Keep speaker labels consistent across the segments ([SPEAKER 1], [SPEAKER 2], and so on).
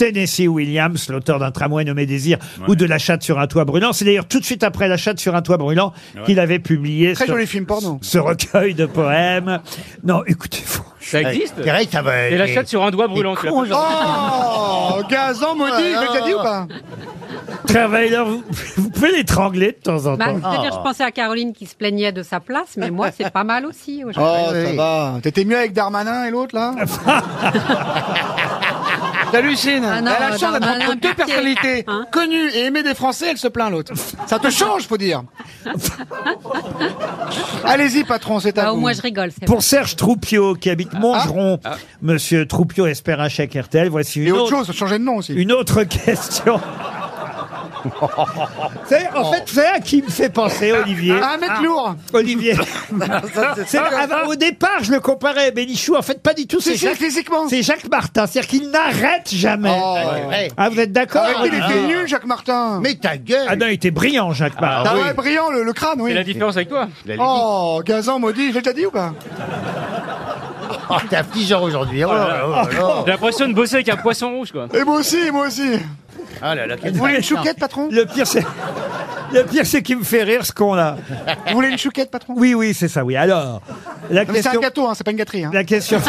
[SPEAKER 1] Tennessee Williams, l'auteur d'un tramway nommé Désir ou de La chatte sur un toit brûlant. C'est d'ailleurs tout de suite après La chatte sur un toit brûlant
[SPEAKER 2] Ouais.
[SPEAKER 1] qu'il avait publié
[SPEAKER 2] Très
[SPEAKER 1] ce,
[SPEAKER 2] joli film porno.
[SPEAKER 1] ce recueil de poèmes. Non, écoutez, vous.
[SPEAKER 3] Ça existe
[SPEAKER 1] C'est vrai que ça va-
[SPEAKER 3] Et la chatte sur un doigt brûlant. tu l'as pas
[SPEAKER 2] Oh Gazan maudit, je l'ai déjà dit ou pas
[SPEAKER 1] Travailleur, vous, vous pouvez l'étrangler de temps en
[SPEAKER 4] Bah,
[SPEAKER 1] temps.
[SPEAKER 4] c'est-à-dire, je pensais à Caroline qui se plaignait de sa place, mais moi, c'est pas mal aussi.
[SPEAKER 2] Oh, ça va. T'étais mieux avec Darmanin et l'autre, là T'hallucines.
[SPEAKER 4] Ah non,
[SPEAKER 2] elle a la chance
[SPEAKER 4] Darmanin,
[SPEAKER 2] d'être entre deux
[SPEAKER 4] Piquet.
[SPEAKER 2] personnalités,
[SPEAKER 4] Hein
[SPEAKER 2] connues et aimées des Français, elle se plaint l'autre. Ça te change, faut dire. Allez-y, patron, c'est à
[SPEAKER 4] Bah, au
[SPEAKER 2] vous.
[SPEAKER 4] moins, je rigole. c'est
[SPEAKER 1] Pour Serge Troupiot, qui
[SPEAKER 2] Ah.
[SPEAKER 1] habite Montgeron, Monsieur Troupiot espère un chèque RTL. Voici une
[SPEAKER 2] Et autre
[SPEAKER 1] autre,
[SPEAKER 2] chose, changer de nom aussi.
[SPEAKER 1] une autre question. C'est- en fait, c'est à qui me fait penser, Olivier.
[SPEAKER 2] Un mec lourd.
[SPEAKER 1] Olivier. C'est- avant- au départ, je le comparais à Bénichou. En fait, pas du tout.
[SPEAKER 2] Ah, Si,
[SPEAKER 1] C'est
[SPEAKER 2] si,
[SPEAKER 1] Jacques,
[SPEAKER 2] physiquement.
[SPEAKER 1] c'est Jacques Martin. C'est-à-dire qu'il n'arrête jamais.
[SPEAKER 2] Oh.
[SPEAKER 1] Ah, vous êtes d'accord
[SPEAKER 2] Avec qui il
[SPEAKER 1] Olivier
[SPEAKER 2] était nul, Jacques Martin.
[SPEAKER 5] Mais ta gueule
[SPEAKER 1] Ah non, il était brillant, Jacques Martin.
[SPEAKER 2] Ah ouais, brillant, le, le crâne, oui.
[SPEAKER 3] C'est la différence avec toi.
[SPEAKER 2] Oh, Gazan maudit, je l'ai déjà dit ou pas
[SPEAKER 5] Oh, t'es affligeant aujourd'hui. Oh là là, oh là là.
[SPEAKER 3] J'ai l'impression de bosser avec un poisson rouge, quoi.
[SPEAKER 2] Et moi aussi, et moi aussi.
[SPEAKER 5] Ah là là, quel-
[SPEAKER 2] Vous voulez une chouquette, patron
[SPEAKER 1] ah. Le pire, c'est... Le pire, c'est qu'il me fait rire ce qu'on a.
[SPEAKER 2] Vous voulez une chouquette, patron
[SPEAKER 1] Oui, oui, c'est ça, oui. Alors, la
[SPEAKER 2] Non, mais c'est un
[SPEAKER 1] question...
[SPEAKER 2] gâteau, hein, c'est pas une gâterie. Hein.
[SPEAKER 1] La question...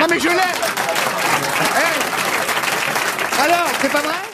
[SPEAKER 2] Non mais je l'ai Hey Eh, Alors, c'est pas mal